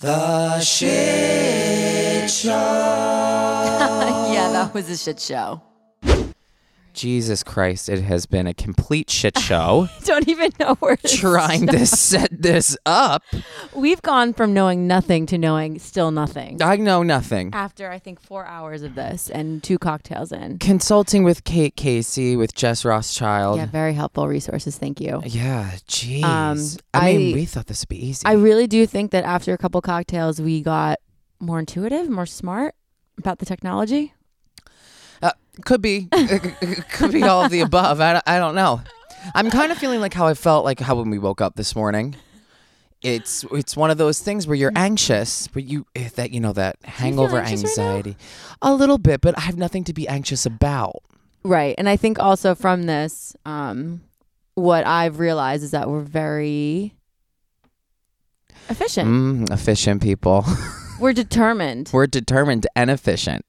The shit show. yeah, that was a shit show. Jesus Christ, it has been a complete shit show Don't even know where to trying to set this up. We've gone from knowing nothing to knowing still nothing. I know nothing. After I think four hours of this and two cocktails in. Consulting with Kate Casey, with Jess Rothschild. Yeah, very helpful resources. Thank you. Yeah, jeez. Um, I mean, I- we thought this would be easy. I really do think that after a couple cocktails, we got more intuitive, more smart about the technology. Uh, could be, could be all of the above. I, don't- I don't know. I'm kind of feeling like how I felt like how when we woke up this morning. It's it's one of those things where you're Mm. anxious, but you eh, that you know that hangover anxious right now? anxiety, a little bit. But I have nothing to be anxious about. Right. And I think also from this, um, what I've realized is that we're very efficient. Mm, efficient people, We're determined. we're determined and efficient.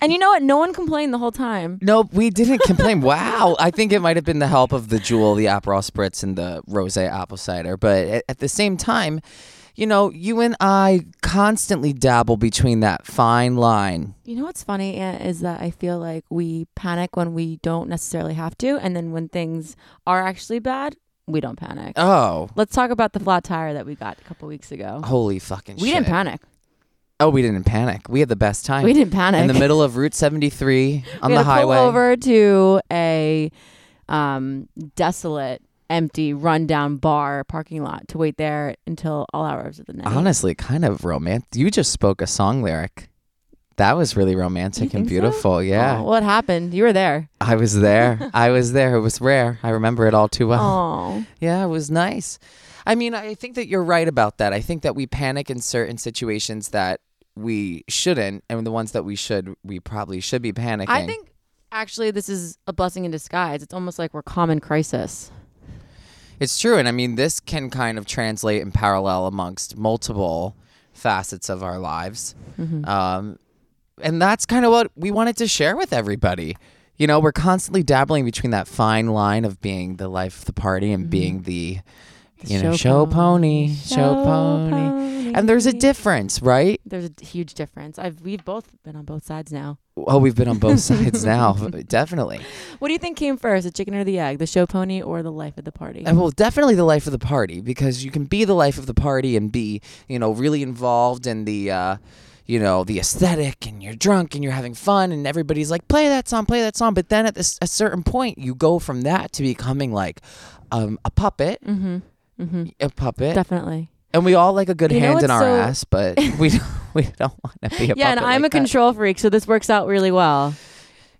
And you know what? No one complained the whole time. No, we didn't complain. wow, I think it might have been the help of the Jewel, the Aperol Spritz, and the Rosé Apple Cider. But at, at the same time, you know, you and I constantly dabble between that fine line. You know what's funny, Aunt, is that I feel like we panic when we don't necessarily have to, and then when things are actually bad, we don't panic. Oh, Let's talk about the flat tire that we got a couple weeks ago. holy fucking we shit. didn't panic. Oh, we didn't panic. We had the best time. We didn't panic. In the middle of Route 73 on we had the to highway. pull over to a um, desolate, empty, rundown bar parking lot to wait there until all hours of the night. Honestly, kind of romantic. You just spoke a song lyric. That was really romantic You think and so? beautiful. Yeah. Oh, what happened? You were there. I was there. I was there. It was rare. I remember it all too well. Oh, Yeah, it was nice. I mean, I think that you're right about that. I think that we panic in certain situations that we shouldn't, and the ones that we should, we probably should be panicking. I think actually this is a blessing in disguise. It's almost like we're common crisis. it's true. And I mean, this can kind of translate and parallel amongst multiple facets of our lives. Um, and that's kind of what we wanted to share with everybody. You know, we're constantly dabbling between that fine line of being the life of the party and being Mm-hmm. the, you know, show show pony, show Show pony. And there's a pony. difference, right? There's a huge difference. I've we've both been on both sides now. Oh, we've been on both sides now, definitely. What do you think came first, the chicken or the egg, the show pony or the life of the party? And well, definitely the life of the party because you can be the life of the party and be, you know, really involved in the, uh, you know, the aesthetic and you're drunk and you're having fun and everybody's like, play that song, play that song. But then at this, a certain point, you go from that to becoming like um, a puppet, Mm-hmm. Mm-hmm. a puppet, Definitely. and we all like a good You know hand in what's our so- ass, but we don't, we don't want to be a puppet. yeah, and I'm a like that. control freak, so this works out really well.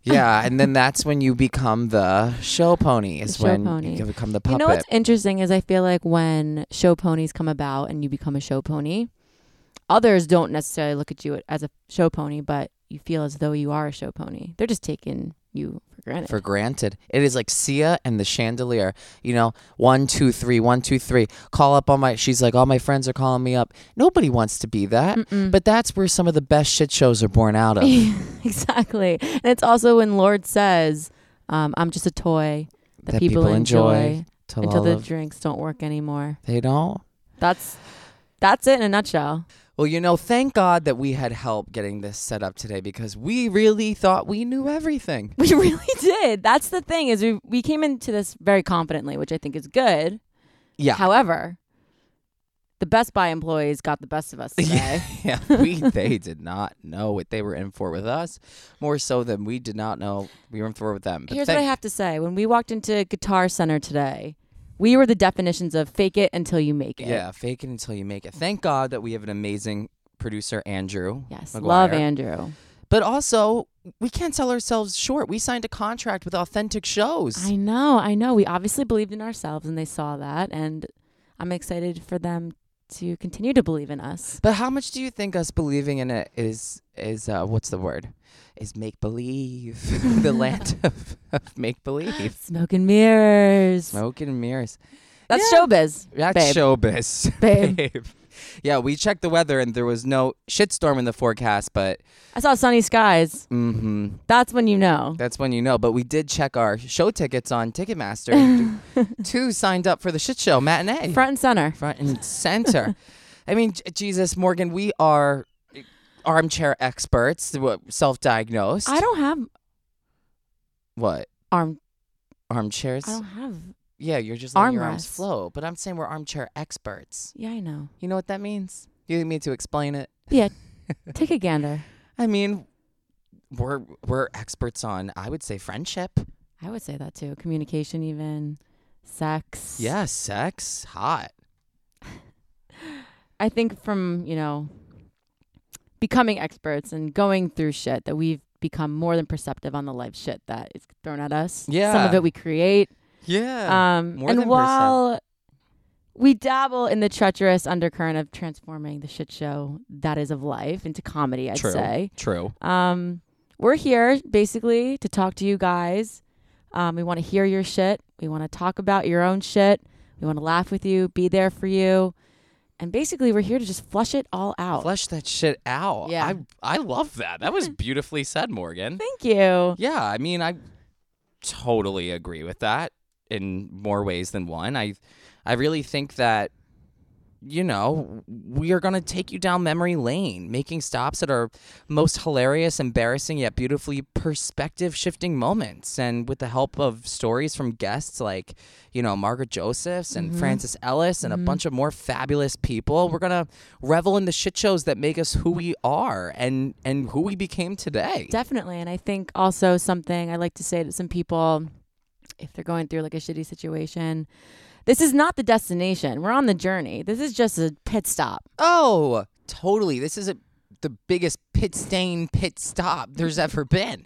Yeah, and then that's when you become the show pony. Is show when pony. you become the puppet. You know what's interesting is I feel like when show ponies come about and you become a show pony, others don't necessarily look at you as a show pony, but you feel as though you are a show pony. They're just taking you for granted. for granted. It is like Sia and the chandelier. You know, one, two, three, one, two, three. Call up all my. She's like, all my friends are calling me up. Nobody wants to be that, but that's where some of the best shit shows are born out of. exactly. And it's also when Lord says, um, I'm just a toy that, people, enjoy, till until all the of- drinks don't work anymore. they don't. That's that's it in a nutshell. Well, you know, thank God that we had help getting this set up today because we really thought we knew everything. We really did. That's the thing is we we came into this very confidently, which I think is good. Yeah. However, the Best Buy employees got the best of us today. yeah, we they did not know what they were in for with us, more so than we did not know we were in for with them. But Here's thank- what I have to say. When we walked into Guitar Center today, we were the definitions of fake it until you make it. Yeah, fake it until you make it. Thank God that we have an amazing producer, Andrew. Yes. McGuire. Love Andrew. But also, we can't sell ourselves short. We signed a contract with Authentic Shows. I know, I know. We obviously believed in ourselves and they saw that and I'm excited for them to continue to believe in us. But how much do you think us believing in it is is uh, what's the word? Is make believe the land of, of make believe? Smoke and mirrors. Smoke and mirrors. That's Yeah. showbiz. That's Babe. showbiz, Babe. Yeah, we checked the weather and there was no shitstorm in the forecast, but I saw sunny skies. hmm That's when you know. that's when you know. But we did check our show tickets on Ticketmaster. and Two signed up for the shit show matinee. Front and center. front and center. I mean, J- Jesus, Morgan, we are armchair experts, wh- self-diagnosed. I don't have what arm. armchairs. I don't have. yeah, you're just letting your arms Armrests. flow. But I'm saying we're armchair experts. Yeah, I know. You know what that means? You need me to explain it? Yeah. Take a gander. I mean, we're we're experts on, I would say, friendship. I would say that too. Communication, even sex. Yeah, sex, hot. I think from, you know, becoming experts and going through shit that we've become more than perceptive on the life shit that is thrown at us. Some of Yeah. it we create. Yeah. Um more and than percep- while we dabble in the treacherous undercurrent of transforming the shit show that is of life into comedy, I'd True. say. True. Um, we're here basically to talk to you guys. Um, we want to hear your shit. We want to talk about your own shit. We want to laugh with you, be there for you. And basically, we're here to just flush it all out. Flesh that shit out. Oh. Yeah. Mm-hmm. I I love that. That was beautifully said, Morgan. Thank you. Yeah, I mean, I totally agree with that in more ways than one. I I really think that you know, we are going to take you down memory lane, making stops at our most hilarious, embarrassing yet beautifully perspective shifting moments and with the help of stories from guests like, you know, Margaret Josephs and Francis Ellis and a bunch of more fabulous people, we're going to revel in the shit shows that make us who we are and and who we became today. Definitely. And I think also something I like to say to some people if they're going through like a shitty situation this is not the destination. We're on the journey. This is just a pit stop. Oh, totally. This is a, the biggest pit stain pit stop there's ever been.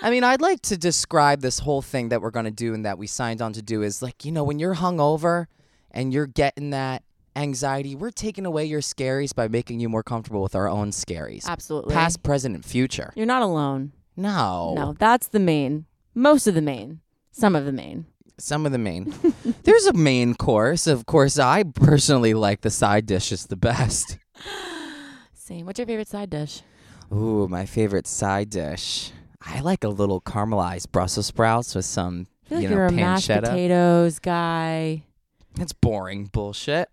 I mean, I'd like to describe this whole thing that we're going to do and that we signed on to do is like, you know, when you're hungover and you're getting that anxiety, we're taking away your scaries by making you more comfortable with our own scaries. Absolutely. Past, present, and future. You're not alone. No. No, that's the main. Most of the main. Some of the main. Some of the main. There's a main course. Of course, I personally like the side dishes the best. Same. What's your favorite side dish? Ooh, my favorite side dish. I like a little caramelized Brussels sprouts with some, I feel like you you know, are a mashed pancetta. potatoes guy. That's boring bullshit.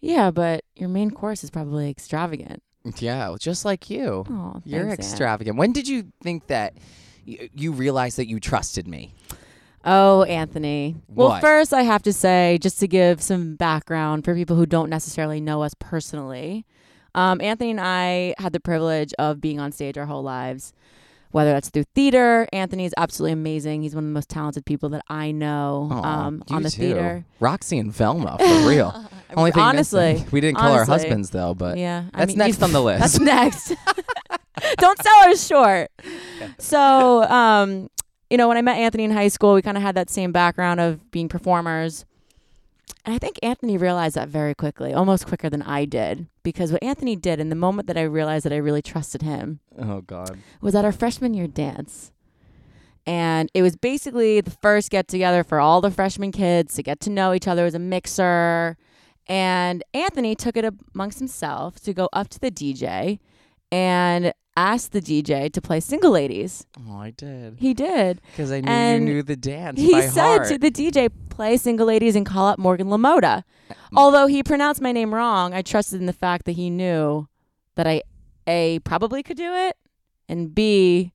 Yeah, but your main course is probably extravagant. Yeah, well, just like you. Oh, You're thanks, Aunt. extravagant. When did you think that y- you realized that you trusted me? Oh, Anthony. Well, What? first I have to say, just to give some background for people who don't necessarily know us personally, um, Anthony and I had the privilege of being on stage our whole lives, whether that's through theater. Anthony is absolutely amazing. He's one of the most talented people that I know Aw, um, you on the too. theater. Roxy and Velma, for real. Only thing Honestly, missing- we didn't call our honestly. husbands though, but yeah, that's next on the list. That's next. Don't sell us short. So, um, you know, when I met Anthony in high school, we kind of had that same background of being performers. And I think Anthony realized that very quickly, almost quicker than I did, because what Anthony did in the moment that I realized that I really trusted him oh god. was at our freshman year dance. And it was basically the first get together for all the freshman kids to get to know each other. It was a mixer. And Anthony took it amongst himself to go up to the DJ and asked the DJ to play Single Ladies. Oh, I did He did. because I knew And you knew the dance he by said heart. to the DJ, play Single Ladies and call out Morgan Lamoda. Mm. Although he pronounced my name wrong, I trusted in the fact that he knew that I, A, probably could do it, and B,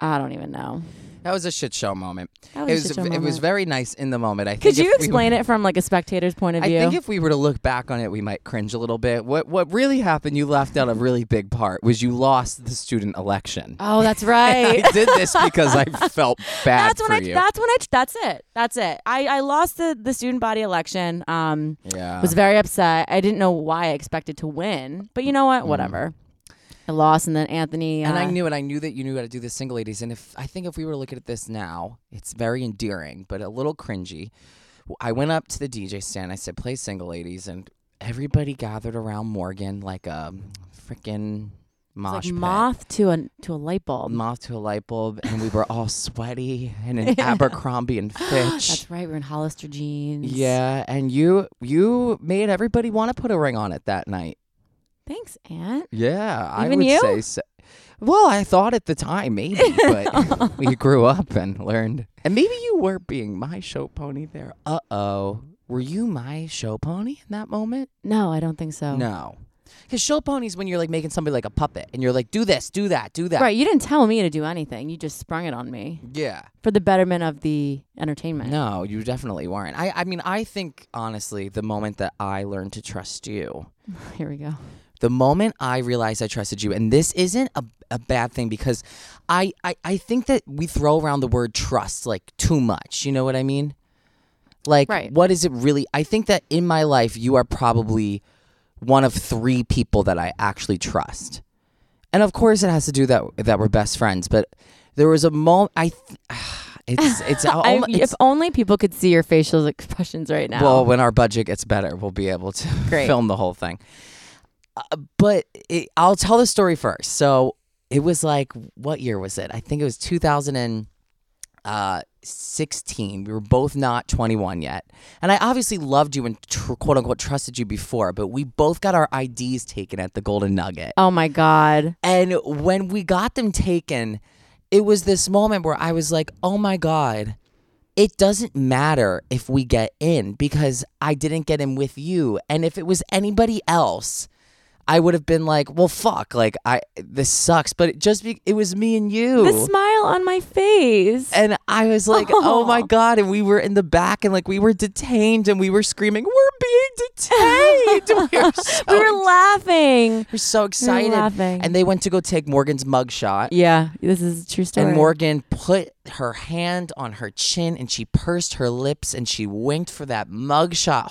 I don't even know. that was a shit show moment. That it was was such a it was moment. very nice in the moment. I Could think you if we were- explain it from like a spectator's point of I view? think if we were to look back on it, we might cringe a little bit. What what really happened? You left out a really big part. Was you lost the student election? oh, that's right. I did this because I felt bad that's when for I. you. That's when I. That's it. That's it. I, I lost the the student body election. Um, yeah, was very upset. I didn't know why I expected to win, but you know what? Whatever. I lost, and then Anthony. Uh, Mm-hmm. and I knew it. I knew that you knew how to do the single ladies. And if I think if we were to look at this now, it's very endearing, but a little cringy. I went up to the DJ stand. I said, "Play Single Ladies," and everybody gathered around Morgan like a freaking It's mosh like pit. moth to a to a light bulb. moth to a light bulb, and we were all sweaty and in Abercrombie and Fitch. That's right. We're in Hollister jeans. yeah, and you you made everybody want to put a ring on it that night. Thanks, Aunt. Yeah, I Even would you? say so. Well, I thought at the time maybe, but we grew up and learned. And maybe you were being my show pony there. Uh oh, were you my show pony in that moment? No, I don't think so. No, because show ponies when you're like making somebody like a puppet and you're like, do this, do that, do that. Right. You didn't tell me to do anything. You just sprung it on me Yeah. for the betterment of the entertainment. No, you definitely weren't. I, I mean, I think honestly, the moment that I learned to trust you, Here we go. the moment I realized I trusted you, and this isn't a, a bad thing because I, I, I think that we throw around the word trust like too much. You know what I mean? Like, Right. what is it really? I think that in my life, you are probably one of three people that I actually trust. And of course, it has to do that that we're best friends. But there was a moment. I, th- it's it's, I- almo- it's if only people could see your facial expressions right now. Well, when our budget gets better, we'll be able to Great. film the whole thing. Uh, but it, I'll tell the story first. So it was like, what year was it? I think it was 2016. We were both not 21 yet. And I obviously loved you and tr- quote unquote trusted you before, but we both got our IDs taken at the Golden Nugget. oh my God. And when we got them taken, it was this moment where I was like, oh my God, it doesn't matter if we get in because I didn't get in with you. And if it was anybody else, I would have been like, well, fuck, like, I, this sucks. But it just, be, it was me and you. The smile on my face. and I was like, oh. Aw. my God. And we were in the back and like we were detained and we were screaming, we're being detained. we were so, we were laughing. we're so excited. laughing. And they went to go take Morgan's mugshot. Yeah, this is a true story. And Morgan put her hand on her chin and she pursed her lips and she winked for that mugshot.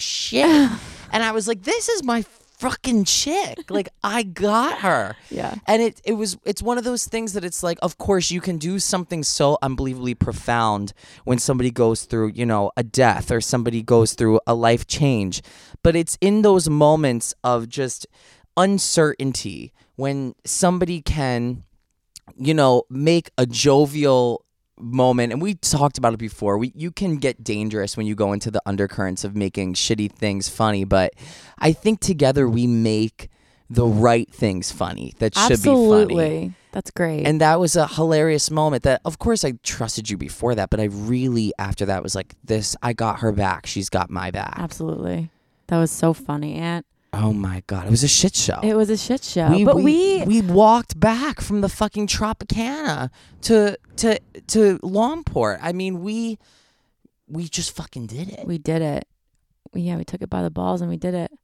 shit. and I was like, this is my fucking chick. Like I got her. Yeah. And it it was it's one of those things that it's like, of course you can do something so unbelievably profound when somebody goes through, you know, a death or somebody goes through a life change. But it's in those moments of just uncertainty when somebody can you know, make a jovial moment and we talked about it before we you can get dangerous when you go into the undercurrents of making shitty things funny but i think together we make the right things funny that should be funny Absolutely. That's great. and that was a hilarious moment that of course i trusted you before that but i really after that was like this i got her back she's got my back Absolutely. That was so funny, Aunt. oh my god it was a shit show It was a shit show. but we, we walked back from the fucking Tropicana to to to Longport. I mean, we we just fucking did it. we did it. Yeah, we took it by the balls and we did it.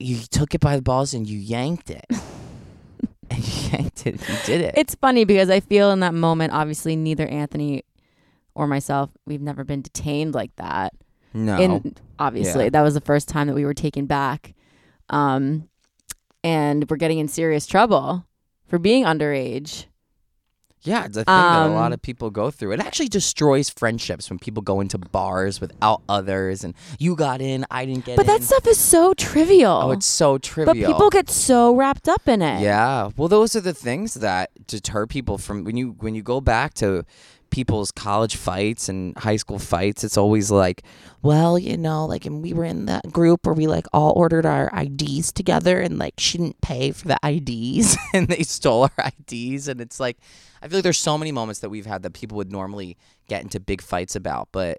You took it by the balls and you yanked it. and you yanked it. and You did it. It's funny because I feel in that moment, obviously, neither Anthony or myself, we've never been detained like that. no. And obviously, Yeah. that was the first time that we were taken back. Um, and we're getting in serious trouble for being underage. yeah, it's a thing that a um, lot of people go through. It actually destroys friendships when people go into bars without others and you got in, I didn't get But in. that stuff is so trivial. Oh, it's so but trivial. people get so wrapped up in it. Yeah. Well, those are the things that deter people from when you when you go back to people's college fights and high school fights. It's always like, well, you know, like, and we were in that group where we like all ordered our IDs together and like she didn't pay for the IDs and they stole our IDs and it's like, I feel like there's so many moments that we've had that people would normally get into big fights about, but.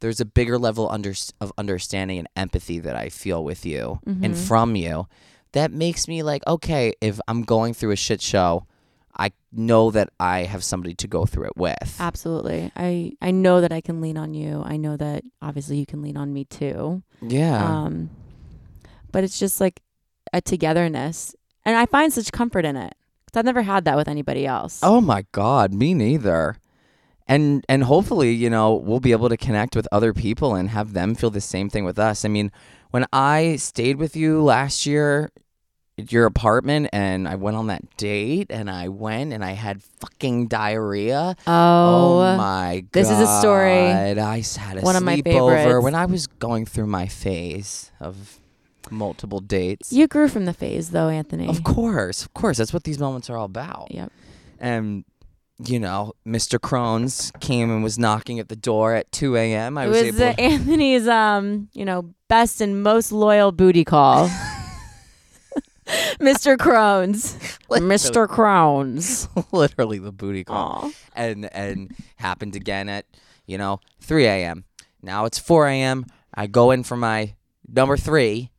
There's a bigger level under, of understanding and empathy that I feel with you and from you that makes me like, okay, if I'm going through a shit show, I know that I have somebody to go through it with. Absolutely. I I know that I can lean on you. I know that obviously you can lean on me too. yeah. Um but it's just like a togetherness and I find such comfort in it. i I've never had that with anybody else. oh my god, me neither. And and hopefully, you know, we'll be able to connect with other people and have them feel the same thing with us. I mean, when I stayed with you last year, your apartment and I went on that date and I went and I had fucking diarrhea. Oh, my god. this is a story. I s- had a One of my sleepover favorites. when I was going through my phase of multiple dates. you grew from the phase though, Anthony. Of course, of course. That's what these moments are all about. Yep. And you know, Mr. Crohn's came and was knocking at the door at 2 a.m. I it was, was uh, able. Anthony's, um, you know, best and most loyal booty call. Mr. Crohn's. Mr. Crohn's. literally the booty call. Aw. and and happened again at you know 3 a.m. Now it's 4 a.m. I go in for my number three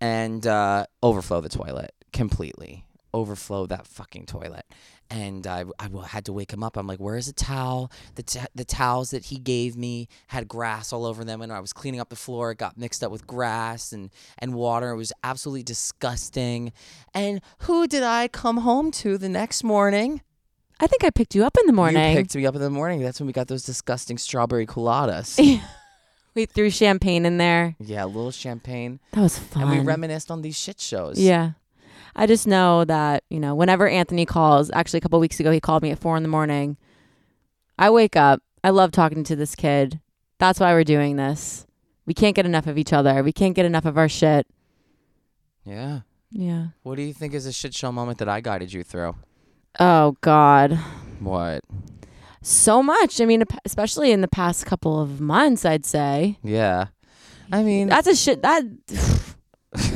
and uh, overflow the toilet completely. Overflow that fucking toilet, and I, I w- had to wake him up. I'm like, "Where's the towel? The t- the towels that he gave me had grass all over them, and I was cleaning up the floor. It got mixed up with grass and and water. It was absolutely disgusting. And who did I come home to the next morning? I think I picked you up in the morning. You picked me up in the morning. That's when we got those disgusting strawberry coladas. we threw champagne in there. yeah, a little champagne. That was fun. And we reminisced on these shit shows. Yeah. I just know that, you know, whenever Anthony calls, actually a couple weeks ago, he called me at four in the morning. I wake up. I love talking to this kid. That's why we're doing this. We can't get enough of each other. We can't get enough of our shit. Yeah. Yeah. What do you think is a shit show moment that I guided you through? Oh, God. What? So much. I mean, especially in the past couple of months, I'd say. Yeah. I mean, That's a shit. That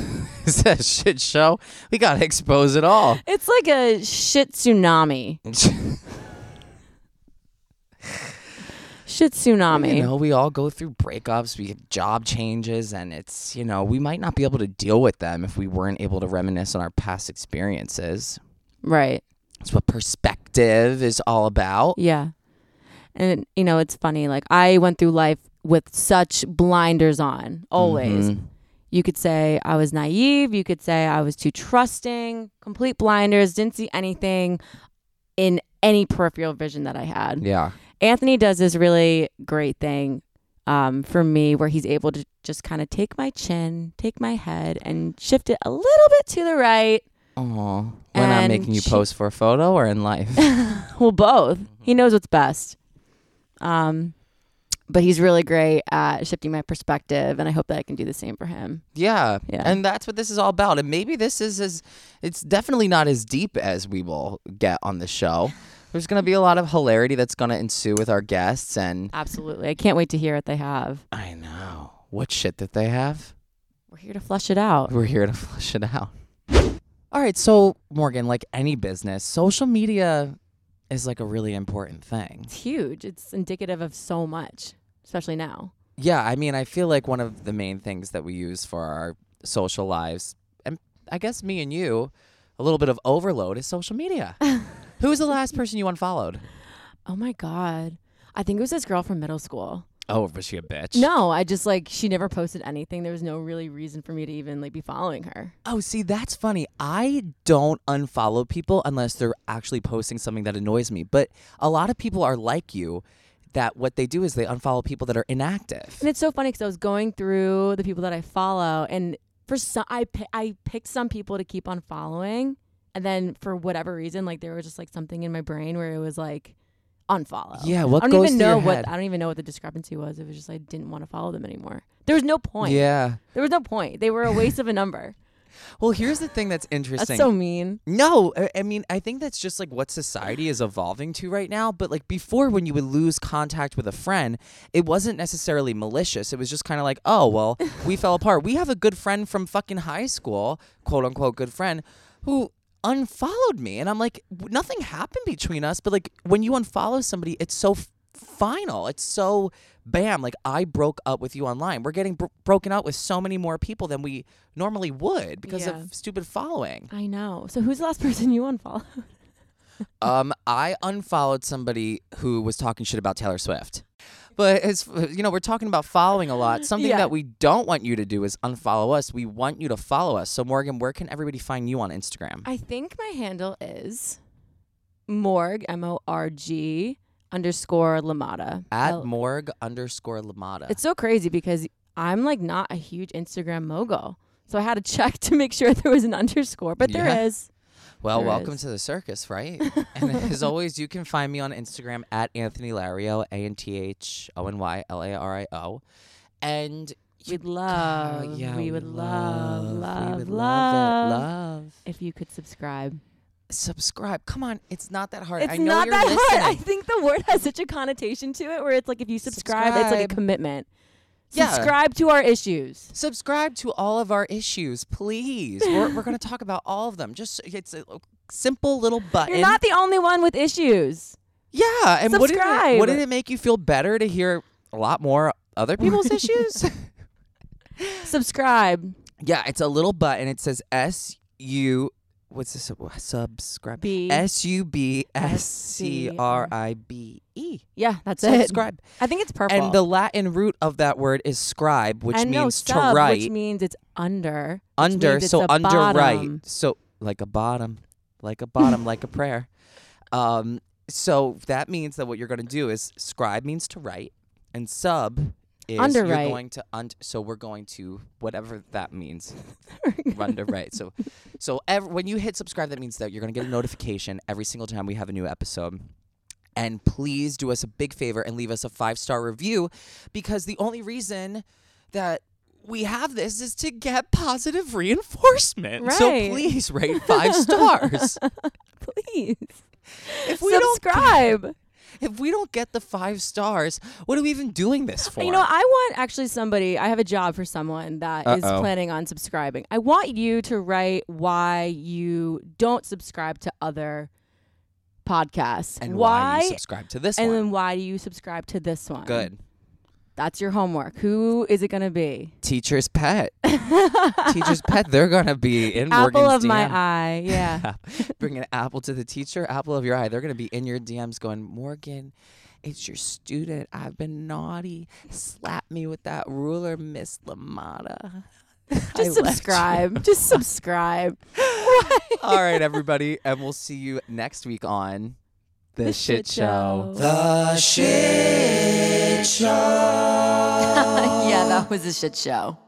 it's a shit show. We got to expose it all. it's like a shit tsunami. Shit tsunami. You know, we all go through breakups, we have job changes, and it's, you know, we might not be able to deal with them if we weren't able to reminisce on our past experiences. Right. It's what perspective is all about. Yeah. And you know, it's funny like I went through life with such blinders on always. Mhm. You could say I was naive, you could say I was too trusting, complete blinders, didn't see anything in any peripheral vision that I had. Yeah. Anthony does this really great thing um, for me where he's able to just kind of take my chin, take my head, and shift it a little bit to the right. Oh, when And I'm making you she- post for a photo or in life? Well, both. He knows what's best. Um, but he's really great at shifting my perspective, and I hope that I can do the same for him. yeah. Yeah. And that's what this is all about. And maybe this is as, it's definitely not as deep as we will get on the show. There's going to be a lot of hilarity that's going to ensue with our guests. And Absolutely. I can't wait to hear what they have. I know what shit that they have. We're here to flush it out. We're here to flush it out. All right. So, Morgan, like any business, social media is like a really important thing. It's huge. It's indicative of so much, especially now. Yeah, I mean, I feel like one of the main things that we use for our social lives, and I guess me and you, a little bit of overload is social media. Who's the last person you unfollowed? Oh my God. I think it was this girl from middle school. Oh, was she a bitch? No, I just like, she never posted anything. There was no really reason for me to even like be following her. Oh, see, that's funny. I don't unfollow people unless they're actually posting something that annoys me. But a lot of people are like you that what they do is they unfollow people that are inactive. And it's so funny because I was going through the people that I follow, and for some, I pi- I picked some people to keep on following, and then for whatever reason, like there was just like something in my brain where it was like unfollow. Yeah, what I don't goes even through know your what head? I don't even know what the discrepancy was. It was just I didn't want to follow them anymore. There was no point. Yeah. There was no point. They were a waste of a number. Well, here's the thing that's interesting. That's so mean. No, I- I mean, I think that's just like what society is evolving to right now. But like before, when you would lose contact with a friend, it wasn't necessarily malicious. It was just kind of like, oh, well, we fell apart. We have a good friend from fucking high school, quote unquote, good friend, who unfollowed me. And I'm like, w- nothing happened between us. But like when you unfollow somebody, it's so f- final. It's so bam. Like I broke up with you online. We're getting bro- broken up with so many more people than we normally would because Yeah. of stupid following. I know. So who's the last person you unfollowed? Um, I unfollowed somebody who was talking shit about Taylor Swift. But as you know, we're talking about following a lot. Something Yeah. that we don't want you to do is unfollow us. We want you to follow us. So Morgan, where can everybody find you on Instagram? I think my handle is Morg M O R G underscore Lamata. At L- morg underscore lamada. It's so crazy because I'm like not a huge Instagram mogul. So I had to check to make sure there was an underscore, but Yeah. there is. Well, There welcome is. to the circus, right? and as always, you can find me on Instagram at Anthony Lario, A N T H O N Y L A R I O. And you- We'd love, Oh, yeah, Uh, we would love, love, we would love, love it. Love. if you could subscribe. Subscribe. Come on, it's not that hard. It's I know not you're that listening. hard. I think the word has such a connotation to it where it's like if you subscribe, it's like Subscribe. a commitment. Yeah. Subscribe to our issues. subscribe to all of our issues, please. We're, we're going to talk about all of them. Just it's a simple little button. You're not the only one with issues. yeah, and wouldn't it, Subscribe. wouldn't it make you feel better to hear a lot more other people's issues? Subscribe. Yeah, it's a little button. It says S U. What's this? Subscribe. B. S U B S C R I B E. Yeah, that's it. Subscribe. I think it's purple. And the Latin root of that word is scribe, which And means no, to sub, write which means it's under. which under. means it's So a under bottom. right. So like a bottom, like a bottom, like a prayer. Um. So that means that what you're going to do is scribe means to write, and sub is Underwrite. you're going to und. So we're going to whatever that means. run to right. So, so ev- when you hit subscribe, that means that you're gonna get a notification every single time we have a new episode. And please do us a big favor and leave us a five star review, because the only reason that we have this is to get positive reinforcement. So Right. please rate five stars. Please if we subscribe. don't, if we don't get the five stars, what are we even doing this for? You know, I want actually somebody. I have a job for someone that is Uh-oh. planning on subscribing. I want you to write why you don't subscribe to other podcasts and why, you subscribe to this and one? then why do you subscribe to this one? Good. That's your homework. Who is it going to be? Teacher's pet. teacher's pet. They're gonna be in Apple of Morgan's my DM. eye. Yeah. Bring an apple to the teacher, apple of your eye. They're going to be in your DMs going, Morgan, it's your student. I've been naughty. Slap me with that ruler, Miss Lamata. Just subscribe. Just subscribe. All right, everybody. And we'll see you next week on The, Shit, Shit Show. Show. The Shit Show. yeah, that was a shit show.